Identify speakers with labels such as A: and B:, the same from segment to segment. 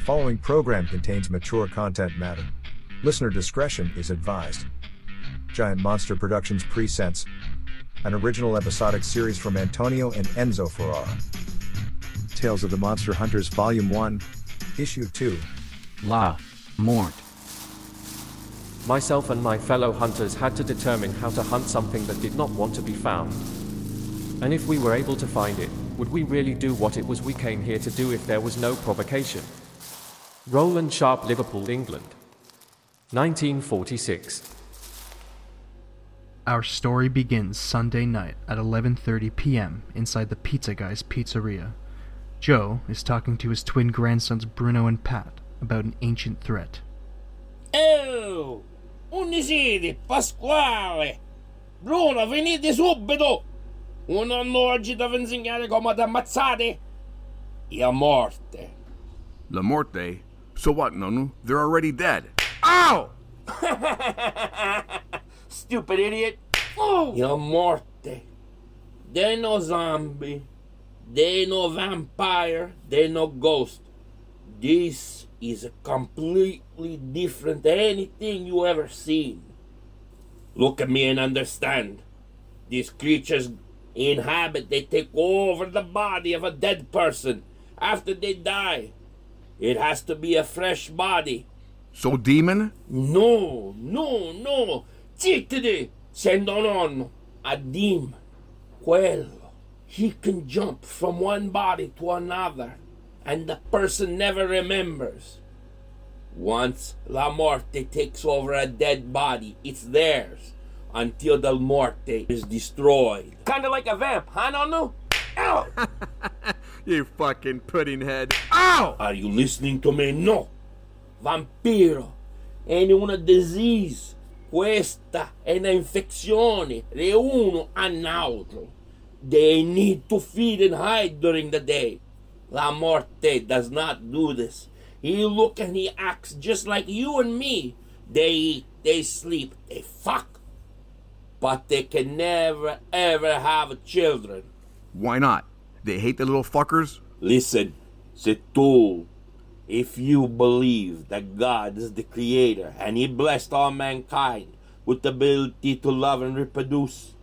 A: following program contains mature content matter. Listener discretion is advised. Giant Monster Productions presents an original episodic series from Antonio and Enzo Ferrara. Tales of the Monster Hunters Volume 1, Issue 2.
B: La Mort.
C: Myself and my fellow hunters had to determine how to hunt something that did not want to be found. And if we were able to find it, would we really do what it was we came here to do if there was no provocation? Roland Sharp, Liverpool, England. 1946.
D: Our story begins Sunday night at 11:30 p.m. inside the Pizza Guy's pizzeria. Joe is talking to his twin grandsons Bruno and Pat about an ancient threat.
E: Oh, unisidi, Pasquale! Bruno, venite subito! Un anno oggi da insegnare come ad ammazzate! E a morte!
F: La Morte? So what, Nonu? They're already dead.
E: Ow! Stupid idiot! Oh! E a morte! They no zombie, they no vampire, they no ghost. This is a completely different anything you ever seen. Look at me and understand. These creatures inhabit, they take over the body of a dead person after they die. It has to be a fresh body.
F: So demon?
E: No, no, no. Zittidi, se non on. A demon. Quello. He can jump from one body to another, and the person never remembers. Once La Morte takes over a dead body, it's theirs until the Morte is destroyed. Kinda like a vamp, huh, Nono? Ow!
F: You fucking pudding head.
E: Ow! Are you listening to me? No! Vampiro, è una disease. Questa è una infezione. È uno all'altro. They need to feed and hide during the day. La Morte does not do this. He look and he acts just like you and me. They eat, they sleep, they fuck. But they can never ever have children.
F: Why not? They hate the little fuckers?
E: Listen, c'est tout. If you believe that God is the creator and he blessed all mankind with the ability to love and reproduce,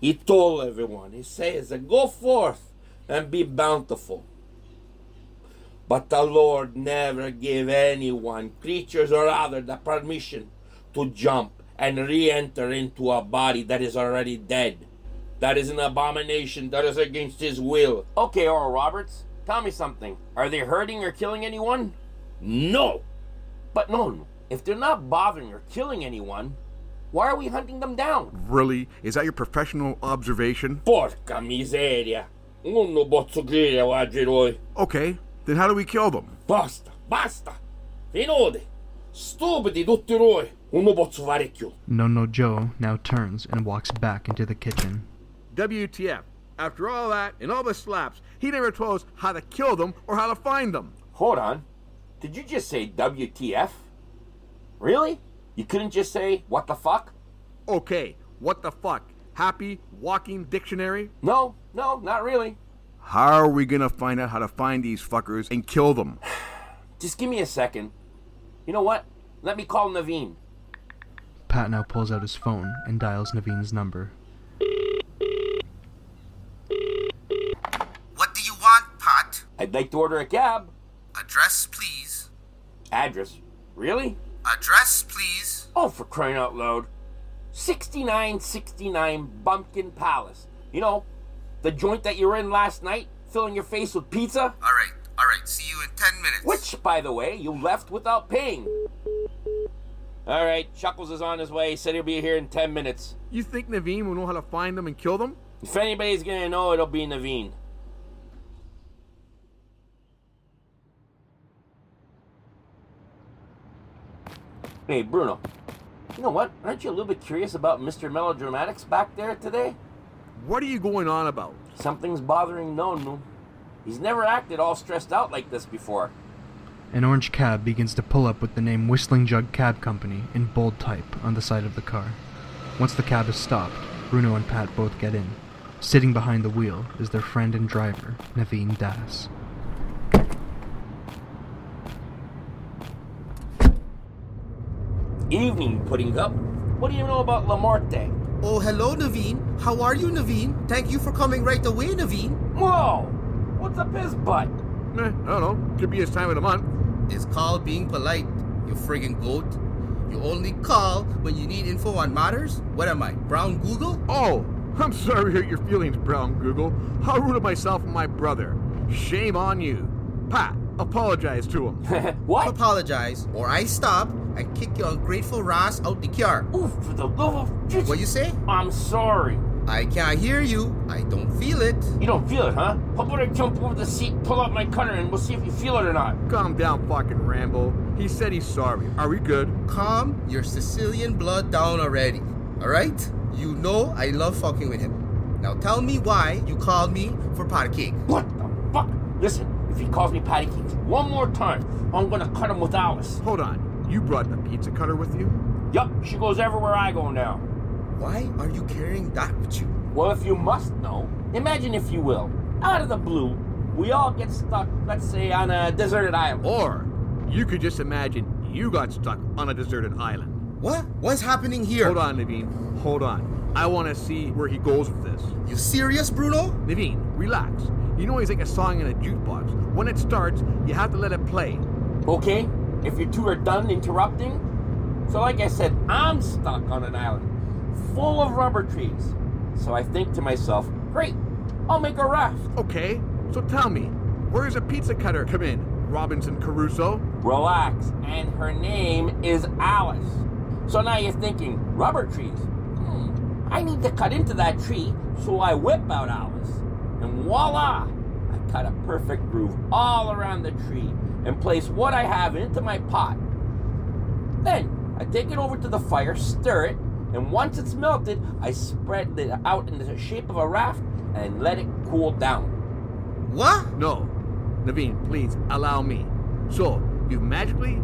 E: he told everyone, he says, go forth and be bountiful. But the Lord never gave anyone, creatures or other, the permission to jump and re enter into a body that is already dead. That is an abomination. That is against his will. Okay, Oral Roberts, tell me something. Are they hurting or killing anyone? No. But no, if they're not bothering or killing anyone, why are we hunting them down?
F: Really? Is that your professional observation?
E: Porca miseria. Non lo posso credere oggi noi.
F: Okay, then how do we kill them?
E: Basta, basta. Finode. Stupidi tutti noi. Non lo posso fare più.
D: Nonno Joe now turns and walks back into the kitchen.
F: WTF. After all that and all the slaps, he never told us how to kill them or how to find them.
C: Hold on. Did you just say WTF? Really? You couldn't just say what the fuck?
F: Okay, what the fuck? Happy walking dictionary?
C: No, no, not really.
F: How are we gonna find out how to find these fuckers and kill them?
C: Just give me a second. You know what? Let me call Naveen.
D: Pat now pulls out his phone and dials Naveen's number.
G: What do you want, Pat?
C: I'd like to order a cab.
G: Address, please.
C: Address. Really?
G: Address, please.
C: Oh, for crying out loud. 6969 Bumpkin Palace. You know, the joint that you were in last night, filling your face with pizza?
G: All right, all right. See you in 10 minutes.
C: Which, by the way, you left without paying. All right, Chuckles is on his way. Said he'll be here in 10 minutes.
F: You think Naveen will know how to find them and kill them?
C: If anybody's gonna know, it'll be Naveen. Hey, Bruno. You know what? Aren't you a little bit curious about Mr. Melodramatics back there today?
F: What are you going on about?
C: Something's bothering Nonu. He's never acted all stressed out like this before.
D: An orange cab begins to pull up with the name Whistling Jug Cab Company in bold type on the side of the car. Once the cab is stopped, Bruno and Pat both get in. Sitting behind the wheel is their friend and driver, Naveen Das.
E: evening, Pudding Up. What do you know about Lamarte?
H: Oh, hello, Naveen. How are you, Naveen? Thank you for coming right away, Naveen.
E: Whoa! What's a piss butt?
F: Eh, I don't know. Could be his time of the month.
H: It's called being polite, you friggin' goat. You only call when you need info on matters? What am I, Brown Google?
F: Oh, I'm sorry to hurt your feelings, Brown Google. How rude of myself and my brother. Shame on you. Pat, apologize to him.
E: What?
H: Apologize, or I stop and kick your ungrateful ass out the car.
E: Oof, for the love of Jesus.
H: What you say?
E: I'm sorry.
H: I can't hear you. I don't feel it.
E: You don't feel it, huh? How about I jump over the seat, pull out my cutter, and we'll see if you feel it or not.
F: Calm down, fucking Rambo. He said he's sorry. Are we good?
H: Calm your Sicilian blood down already. Alright? You know I love fucking with him. Now tell me why you called me for pot cake.
E: What the fuck? Listen, if he calls me patty cakes one more time, I'm gonna cut him with Alice.
F: Hold on. You brought the pizza cutter with you?
E: Yup, she goes everywhere I go now.
H: Why are you carrying that with you?
E: Well, if you must know, imagine if you will, out of the blue, we all get stuck, let's say, on a deserted island.
F: Or you could just imagine you got stuck on a deserted island.
H: What? What's happening here?
F: Hold on, Levine. Hold on. I want to see where he goes with this.
H: You serious, Bruno?
F: Levine, relax. You know he's like a song in a jukebox. When it starts, you have to let it play.
E: Okay, if you two are done interrupting. So, like I said, I'm stuck on an island full of rubber trees. So I think to myself, great, I'll make a raft.
F: Okay, so tell me, where's a pizza cutter come in? Robinson Crusoe?
E: Relax, and her name is Alice. So now you're thinking, rubber trees. Hmm, I need to cut into that tree, so I whip out Alice. And voila! I cut a perfect groove all around the tree and place what I have into my pot. Then I take it over to the fire, stir it, and once it's melted, I spread it out in the shape of a raft and let it cool down.
H: What?
F: No. Naveen, please allow me. So, you magically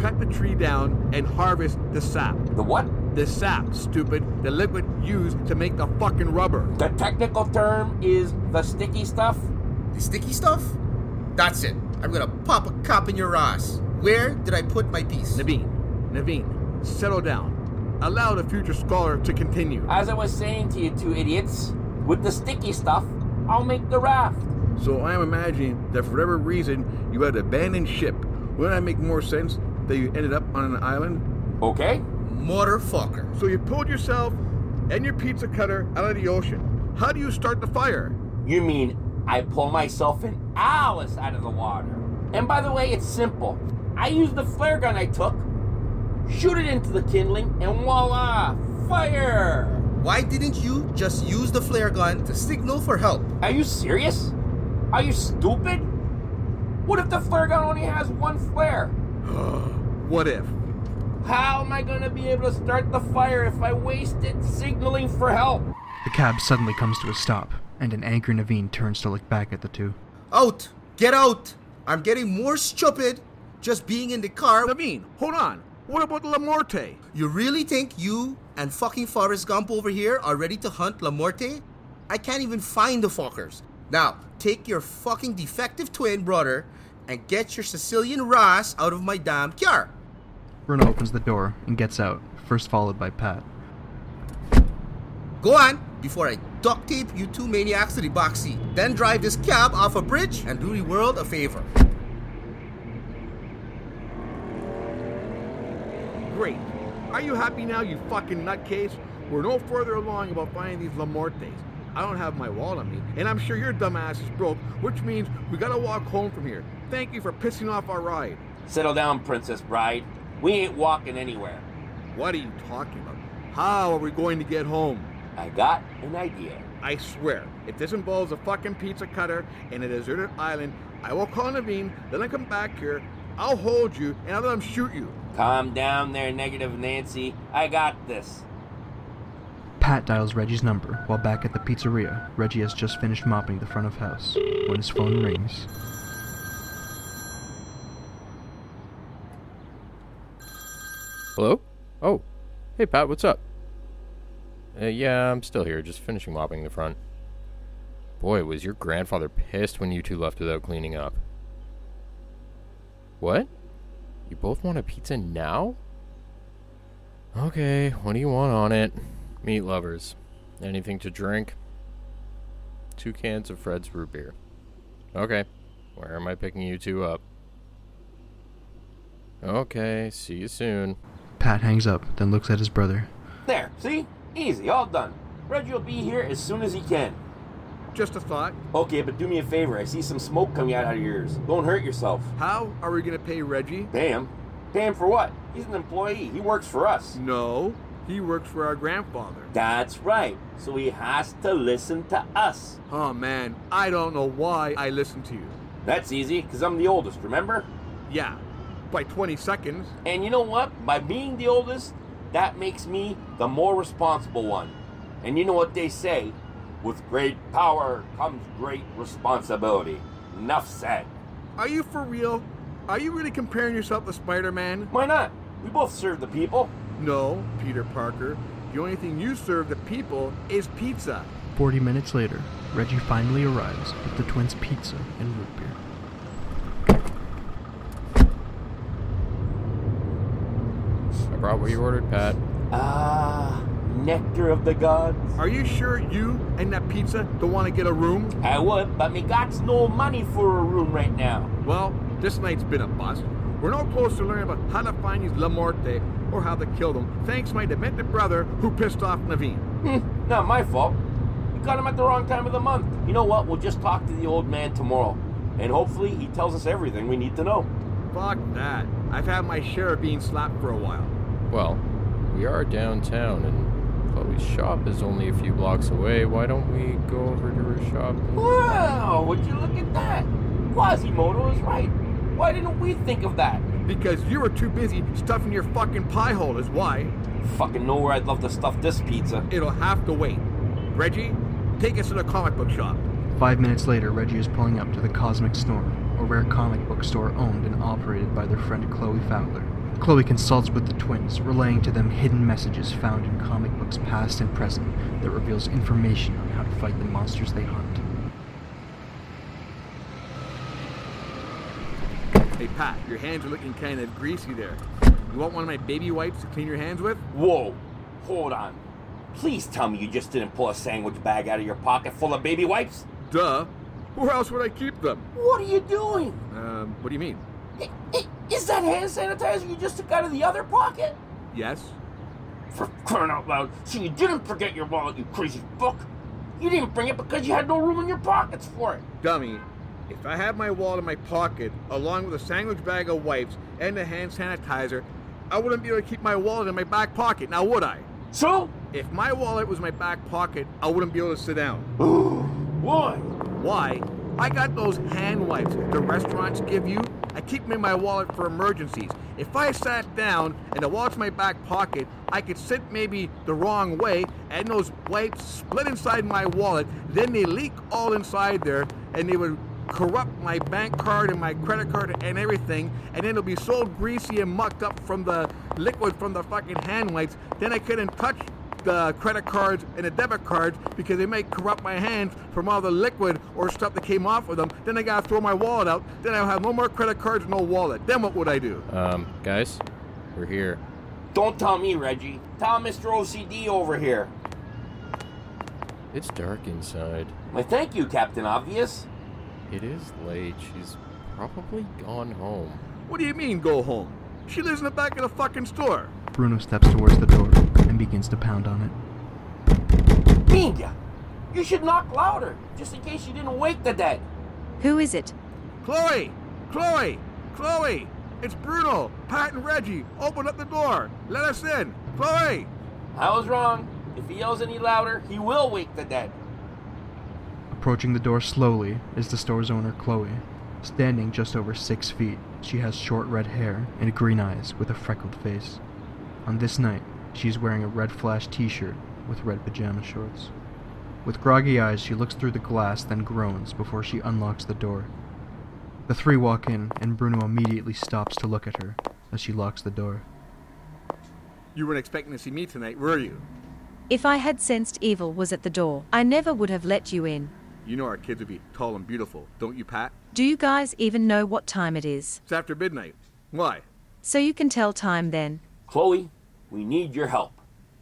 F: cut the tree down and harvest the sap.
E: The what?
F: The sap, stupid. The liquid used to make the fucking rubber.
E: The technical term is the sticky stuff.
H: The sticky stuff? That's it. I'm gonna pop a cop in your ass. Where did I put my piece?
F: Naveen, Naveen, settle down. Allow the future scholar to continue.
E: As I was saying to you two idiots, with the sticky stuff, I'll make the raft.
I: So I am imagining that for whatever reason you had abandoned ship. Wouldn't that make more sense that you ended up on an island?
E: Okay?
H: Motherfucker.
F: So you pulled yourself and your pizza cutter out of the ocean. How do you start the fire?
E: You mean I pull myself and Alice out of the water? And by the way, it's simple. I use the flare gun I took, shoot it into the kindling, and voila! Fire!
H: Why didn't you just use the flare gun to signal for help?
E: Are you serious? Are you stupid? What if the flare gun only has one flare?
F: What if?
E: How am I gonna be able to start the fire if I waste it signaling for help?
D: The cab suddenly comes to a stop, and an angry Naveen turns to look back at the two.
H: Out! Get out! I'm getting more stupid just being in the car.
F: Naveen, hold on. What about La Morte?
H: You really think you and fucking Forrest Gump over here are ready to hunt La Morte? I can't even find the fuckers. Now, take your fucking defective twin brother and get your Sicilian Ross out of my damn car.
D: Bruno opens the door and gets out, first followed by Pat.
H: Go on before I duct tape you two maniacs to the box seat, then drive this cab off a bridge and do the world a favor.
F: Great. Are you happy now, you fucking nutcase? We're no further along about finding these Lamortes. I don't have my wallet on me, and I'm sure your dumbass is broke, which means we gotta walk home from here. Thank you for pissing off our ride.
E: Settle down, Princess Bride. We ain't walking anywhere.
F: What are you talking about? How are we going to get home?
E: I got an idea.
F: I swear, if this involves a fucking pizza cutter and a deserted island, I will call Naveen, then I'll come back here, I'll hold you, and I'll let him shoot you.
E: Calm down there, negative Nancy. I got this.
D: Pat dials Reggie's number while back at the pizzeria. Reggie has just finished mopping the front of house when his phone rings.
J: Hello? Oh. Hey, Pat, what's up? Uh, yeah, I'm still here, just finishing mopping the front. Boy, was your grandfather pissed when you two left without cleaning up. What? You both want a pizza now? Okay, what do you want on it? Meat lovers. Anything to drink? Two cans of Fred's root beer. Okay, where am I picking you two up? Okay, see you soon.
D: Pat hangs up, then looks at his brother.
E: There, see? Easy, all done. Reggie will be here as soon as he can.
F: Just a thought.
E: Okay, but do me a favor. I see some smoke coming out of your ears. Don't hurt yourself.
F: How are we going to pay Reggie?
E: Pay him. Pay him for what? He's an employee. He works for us.
F: No, he works for our grandfather.
E: That's right. So he has to listen to us.
F: Oh man, I don't know why I listened to you.
E: That's easy, because I'm the oldest, remember?
F: Yeah, by 20 seconds.
E: And you know what? By being the oldest, that makes me the more responsible one. And you know what they say? With great power comes great responsibility. Enough said.
F: Are you for real? Are you really comparing yourself to Spider Man?
E: Why not? We both serve the people.
F: No, Peter Parker. The only thing you serve the people is pizza.
D: Forty minutes later, Reggie finally arrives with the twins' pizza and root beer.
J: I brought what you ordered, Pat.
E: Ah, nectar of the gods.
F: Are you sure you and that pizza don't want to get a room?
E: I would, but me got's no money for a room right now.
F: Well, this night's been a bust. We're no closer to learning about how to find these La Morte or how to kill them, thanks to my demented brother who pissed off Naveen.
E: Hmm, not my fault. We got him at the wrong time of the month. You know what? We'll just talk to the old man tomorrow, and hopefully he tells us everything we need to know.
F: Fuck that. I've had my share of being slapped for a while.
J: Well, we are downtown and Chloe's shop is only a few blocks away. Why don't we go over to her shop?
E: Wow, would you look at that? Quasimodo is right. Why didn't we think of that?
F: Because you were too busy stuffing your fucking pie hole is why.
E: Fucking know where I'd love to stuff this pizza.
F: It'll have to wait. Reggie, take us to the comic book shop.
D: Five minutes later, Reggie is pulling up to the Cosmic Storm, a rare comic book store owned and operated by their friend Chloe Fowler. Chloe consults with the twins, relaying to them hidden messages found in comic books past and present that reveals information on how to fight the monsters they hunt.
F: Hey Pat, your hands are looking kind of greasy there. You want one of my baby wipes to clean your hands with?
E: Whoa, hold on. Please tell me you just didn't pull a sandwich bag out of your pocket full of baby wipes.
F: Duh. Where else would I keep them?
E: What are you doing?
F: Um, what do you mean?
E: I- I- Is that hand sanitizer you just took out of the other pocket?
F: Yes?
E: For crying out loud, so you didn't forget your wallet, you crazy fuck. You didn't bring it because you had no room in your pockets for it.
F: Dummy, if I had my wallet in my pocket, along with a sandwich bag of wipes and a hand sanitizer, I wouldn't be able to keep my wallet in my back pocket, now would I?
E: So?
F: If my wallet was in my back pocket, I wouldn't be able to sit down.
E: Why?
F: Why? I got those hand wipes the restaurants give you. I keep them in my wallet for emergencies. If I sat down and the wallet's in my back pocket, I could sit maybe the wrong way, and those wipes split inside my wallet. Then they leak all inside there, and they would corrupt my bank card and my credit card and everything. And then it'll be so greasy and mucked up from the liquid from the fucking hand wipes. Then I couldn't touch the credit cards and the debit cards because they may corrupt my hands from all the liquid or stuff that came off of them. Then I gotta throw my wallet out. Then I'll have no more credit cards, no wallet. Then what would I do?
J: Um, guys, we're here.
E: Don't tell me, Reggie. Tell Mr. OCD over here.
J: It's dark inside.
E: My thank you, Captain Obvious.
J: It is late. She's probably gone home.
F: What do you mean go home? She lives in the back of the fucking store.
D: Bruno steps towards the door and begins to pound on it.
E: Binga! You should knock louder, just in case you didn't wake the dead.
H: Who is it?
F: Chloe! Chloe! Chloe! It's Bruno! Pat and Reggie! Open up the door! Let us in! Chloe!
E: I was wrong. If he yells any louder, he will wake the dead.
D: Approaching the door slowly is the store's owner, Chloe. Standing just over six feet, she has short red hair and green eyes with a freckled face. On this night, she is wearing a red flash t shirt with red pajama shorts. With groggy eyes, she looks through the glass, then groans before she unlocks the door. The three walk in, and Bruno immediately stops to look at her as she locks the door.
F: You weren't expecting to see me tonight, were you?
H: If I had sensed evil was at the door, I never would have let you in.
F: You know our kids would be tall and beautiful, don't you, Pat?
H: Do you guys even know what time it is?
F: It's after midnight. Why?
H: So you can tell time then.
E: Chloe, We need your help.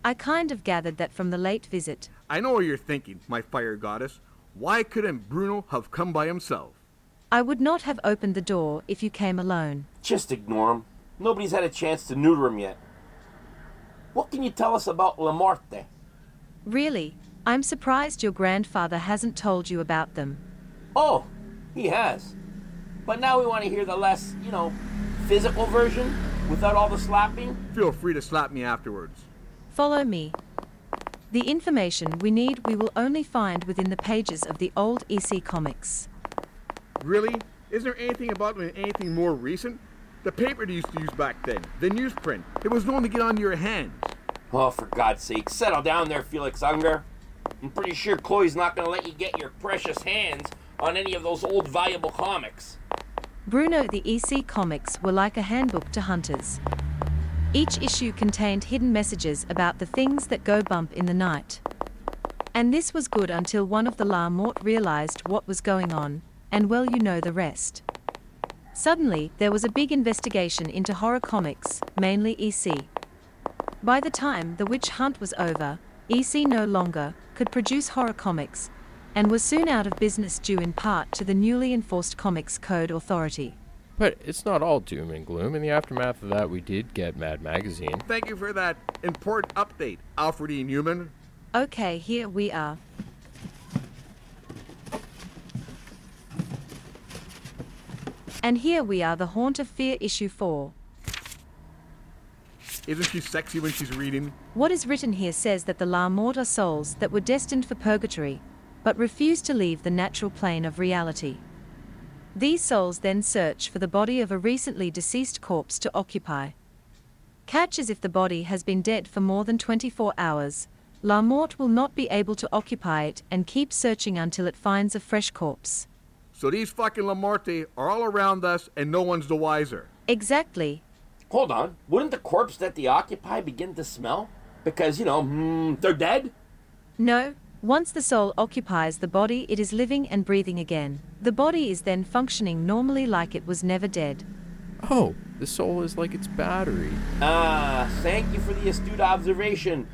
H: I kind of gathered that from the late visit.
F: I know what you're thinking, my fire goddess. Why couldn't Bruno have come by himself?
H: I would not have opened the door if you came alone.
E: Just ignore him. Nobody's had a chance to neuter him yet. What can you tell us about Lamarte?
H: Really, I'm surprised your grandfather hasn't told you about them.
E: Oh, he has. But now we want to hear the less, you know, physical version without all the slapping.
F: Feel free to slap me afterwards.
H: Follow me. The information we need we will only find within the pages of the old EC comics.
F: Really? Isn't there anything about them in anything more recent? The paper they used to use back then, the newsprint, it was known to get onto your hands.
E: Oh, for God's sake, settle down there, Felix Unger. I'm pretty sure Chloe's not going to let you get your precious hands on any of those old valuable comics.
H: Bruno the EC comics were like a handbook to hunters. Each issue contained hidden messages about the things that go bump in the night. And this was good until one of the La Mort realized what was going on, and well, you know the rest. Suddenly, there was a big investigation into horror comics, mainly EC. By the time the witch hunt was over, EC no longer could produce horror comics, and was soon out of business due in part to the newly enforced Comics Code Authority.
J: But it's not all doom and gloom. In the aftermath of that, we did get Mad Magazine.
F: Thank you for that important update, Alfred E. Newman.
H: Okay, here we are. And here we are, The Haunt of Fear, Issue 4.
F: Isn't she sexy when she's reading?
H: What is written here says that the La Mort are souls that were destined for purgatory, but refuse to leave the natural plane of reality. These souls then search for the body of a recently deceased corpse to occupy. Catch as if the body has been dead for more than 24 hours, La Mort will not be able to occupy it and keep searching until it finds a fresh corpse.
F: So these fucking Lamarte are all around us and no one's the wiser.
H: Exactly.
E: Hold on, wouldn't the corpse that they occupy begin to smell? Because, you know, mm, they're dead?
H: No, once the soul occupies the body, it is living and breathing again. The body is then functioning normally like it was never dead.
J: Oh, the soul is like its battery.
E: Ah, thank you for the astute observation,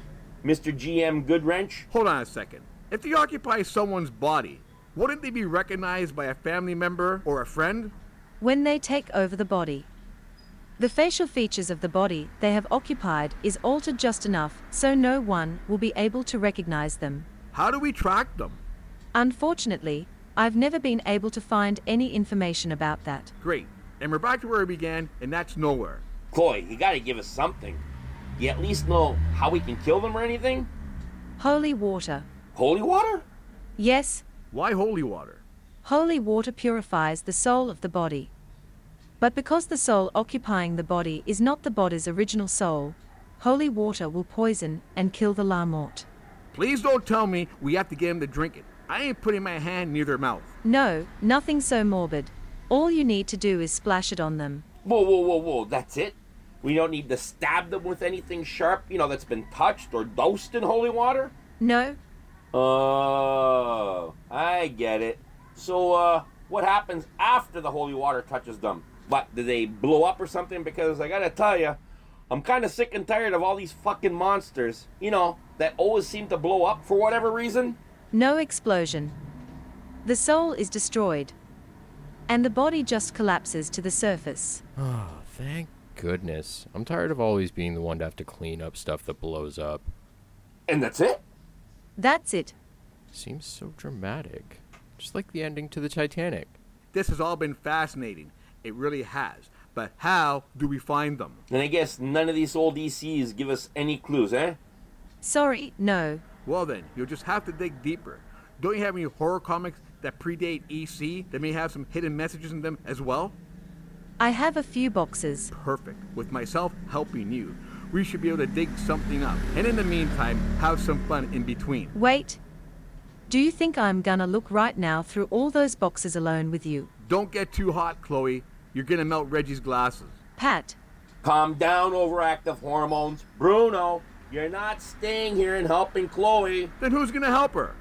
E: Mr. GM Goodwrench.
F: Hold on a second. If they occupy someone's body, wouldn't they be recognized by a family member or a friend?
H: When they take over the body. The facial features of the body they have occupied is altered just enough so no one will be able to recognize them.
F: How do we track them?
H: Unfortunately, I've never been able to find any information about that.
F: Great. And we're back to where we began, and that's nowhere.
E: Chloe, you gotta give us something. You at least know how we can kill them or anything?
H: Holy water.
E: Holy water?
H: Yes.
F: Why holy water?
H: Holy water purifies the soul of the body. But because the soul occupying the body is not the body's original soul, holy water will poison and kill the La Mort.
F: Please don't tell me we have to get him to drink it. I ain't putting my hand near their mouth.
H: No, nothing so morbid. All you need to do is splash it on them.
E: Whoa, whoa, whoa, whoa, that's it? We don't need to stab them with anything sharp, you know, that's been touched or doused in holy water?
H: No.
E: Oh, I get it. So, uh, what happens after the holy water touches them? What, do they blow up or something? Because I gotta tell you, I'm kind of sick and tired of all these fucking monsters, you know, that always seem to blow up for whatever reason.
H: No explosion. The soul is destroyed. And the body just collapses to the surface.
J: Oh, thank goodness. I'm tired of always being the one to have to clean up stuff that blows up.
E: And that's it?
H: That's it.
J: Seems so dramatic. Just like the ending to the Titanic.
F: This has all been fascinating. It really has but how do we find them?
E: And I guess none of these old ECs give us any clues, eh?
H: Sorry, no.
F: Well then, you'll just have to dig deeper. Don't you have any horror comics that predate EC that may have some hidden messages in them as well?
H: I have a few boxes.
F: Perfect. With myself helping you, we should be able to dig something up. And in the meantime, have some fun in between.
H: Wait. Do you think I'm gonna look right now through all those boxes alone with you?
F: Don't get too hot, Chloe. You're gonna melt Reggie's glasses.
H: Pat.
E: Calm down, overactive hormones. Bruno, you're not staying here and helping Chloe.
F: Then who's gonna help her?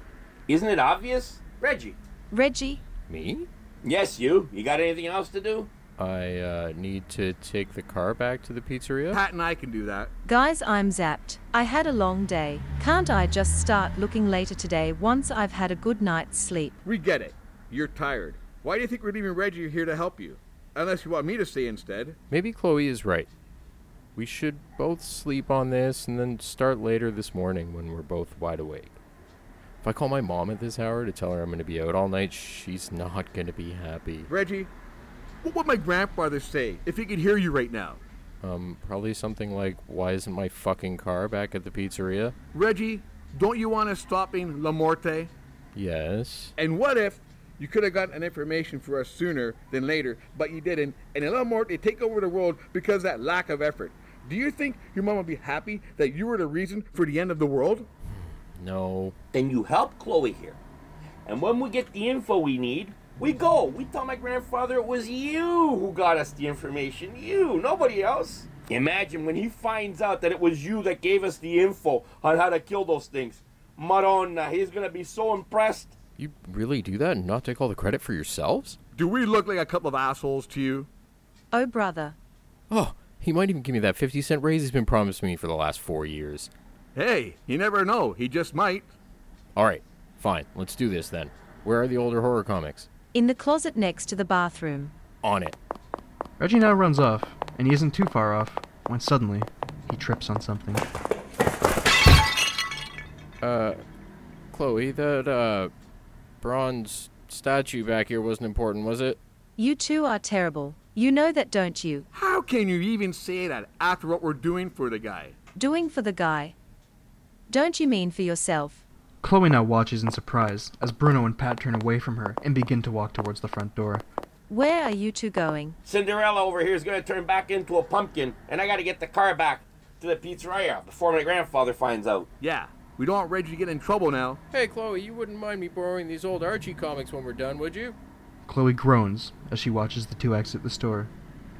E: Isn't it obvious? Reggie.
H: Reggie.
J: Me?
E: Yes, you. You got anything else to do?
J: I uh, need to take the car back to the pizzeria.
F: Pat and I can do that.
H: Guys, I'm zapped. I had a long day. Can't I just start looking later today once I've had a good night's sleep?
F: We get it. You're tired. Why do you think we're leaving Reggie here to help you? Unless you want me to stay instead.
J: Maybe Chloe is right. We should both sleep on this and then start later this morning when we're both wide awake. If I call my mom at this hour to tell her I'm going to be out all night, she's not going to be happy.
F: Reggie, what would my grandfather say if he could hear you right now?
J: Um, probably something like, "Why isn't my fucking car back at the pizzeria?"
F: Reggie, don't you want us stopping La Morte?
J: Yes.
F: And what if you could have gotten information for us sooner than later, but you didn't, and in La Morte take over the world because of that lack of effort? Do you think your mom would be happy that you were the reason for the end of the world?
J: No.
E: Then you help Chloe here. And when we get the info we need, we go. We tell my grandfather it was you who got us the information. You, nobody else. Imagine when he finds out that it was you that gave us the info on how to kill those things. Madonna, he's gonna be so impressed.
J: You really do that and not take all the credit for yourselves?
F: Do we look like a couple of assholes to you?
H: Oh, brother.
J: Oh, he might even give me that 50 cent raise he's been promising me for the last four years.
F: Hey, you never know. He just might.
J: All right, fine. Let's do this then. Where are the older horror comics?
H: In the closet next to the bathroom.
J: On it.
D: Reggie now runs off, and he isn't too far off when suddenly he trips on something.
J: Uh, Chloe, that, uh, bronze statue back here wasn't important, was it?
H: You two are terrible. You know that, don't you?
F: How can you even say that after what we're doing for the guy?
H: Doing for the guy. Don't you mean for yourself?
D: Chloe now watches in surprise as Bruno and Pat turn away from her and begin to walk towards the front door.
H: Where are you two going?
E: Cinderella over here is going to turn back into a pumpkin, and I got to get the car back to the pizzeria before my grandfather finds out.
F: Yeah, we don't want Reggie to get in trouble now.
J: Hey, Chloe, you wouldn't mind me borrowing these old Archie comics when we're done, would you?
D: Chloe groans as she watches the two exit the store,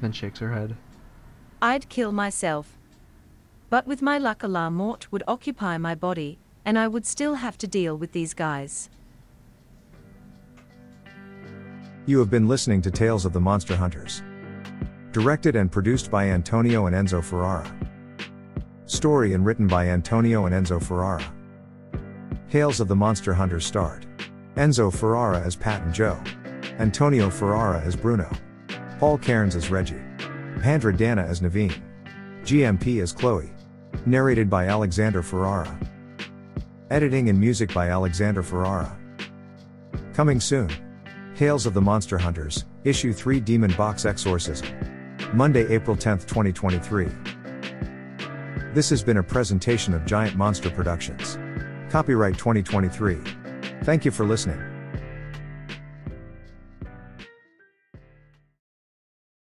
D: then shakes her head.
H: I'd kill myself. But with my luck, a la mort would occupy my body, and I would still have to deal with these guys.
A: You have been listening to Tales of the Monster Hunters. Directed and produced by Antonio and Enzo Ferrara. Story and written by Antonio and Enzo Ferrara. Tales of the Monster Hunters starred Enzo Ferrara as Pat and Joe, Antonio Ferrara as Bruno, Paul Cairns as Reggie, Pandra Dana as Naveen, GMP as Chloe. Narrated by Alexander Ferrara. Editing and music by Alexander Ferrara. Coming soon. Tales of the Monster Hunters, Issue 3 Demon Box Exorcism. Monday, April 10, 2023. This has been a presentation of Giant Monster Productions. Copyright 2023. Thank you for listening.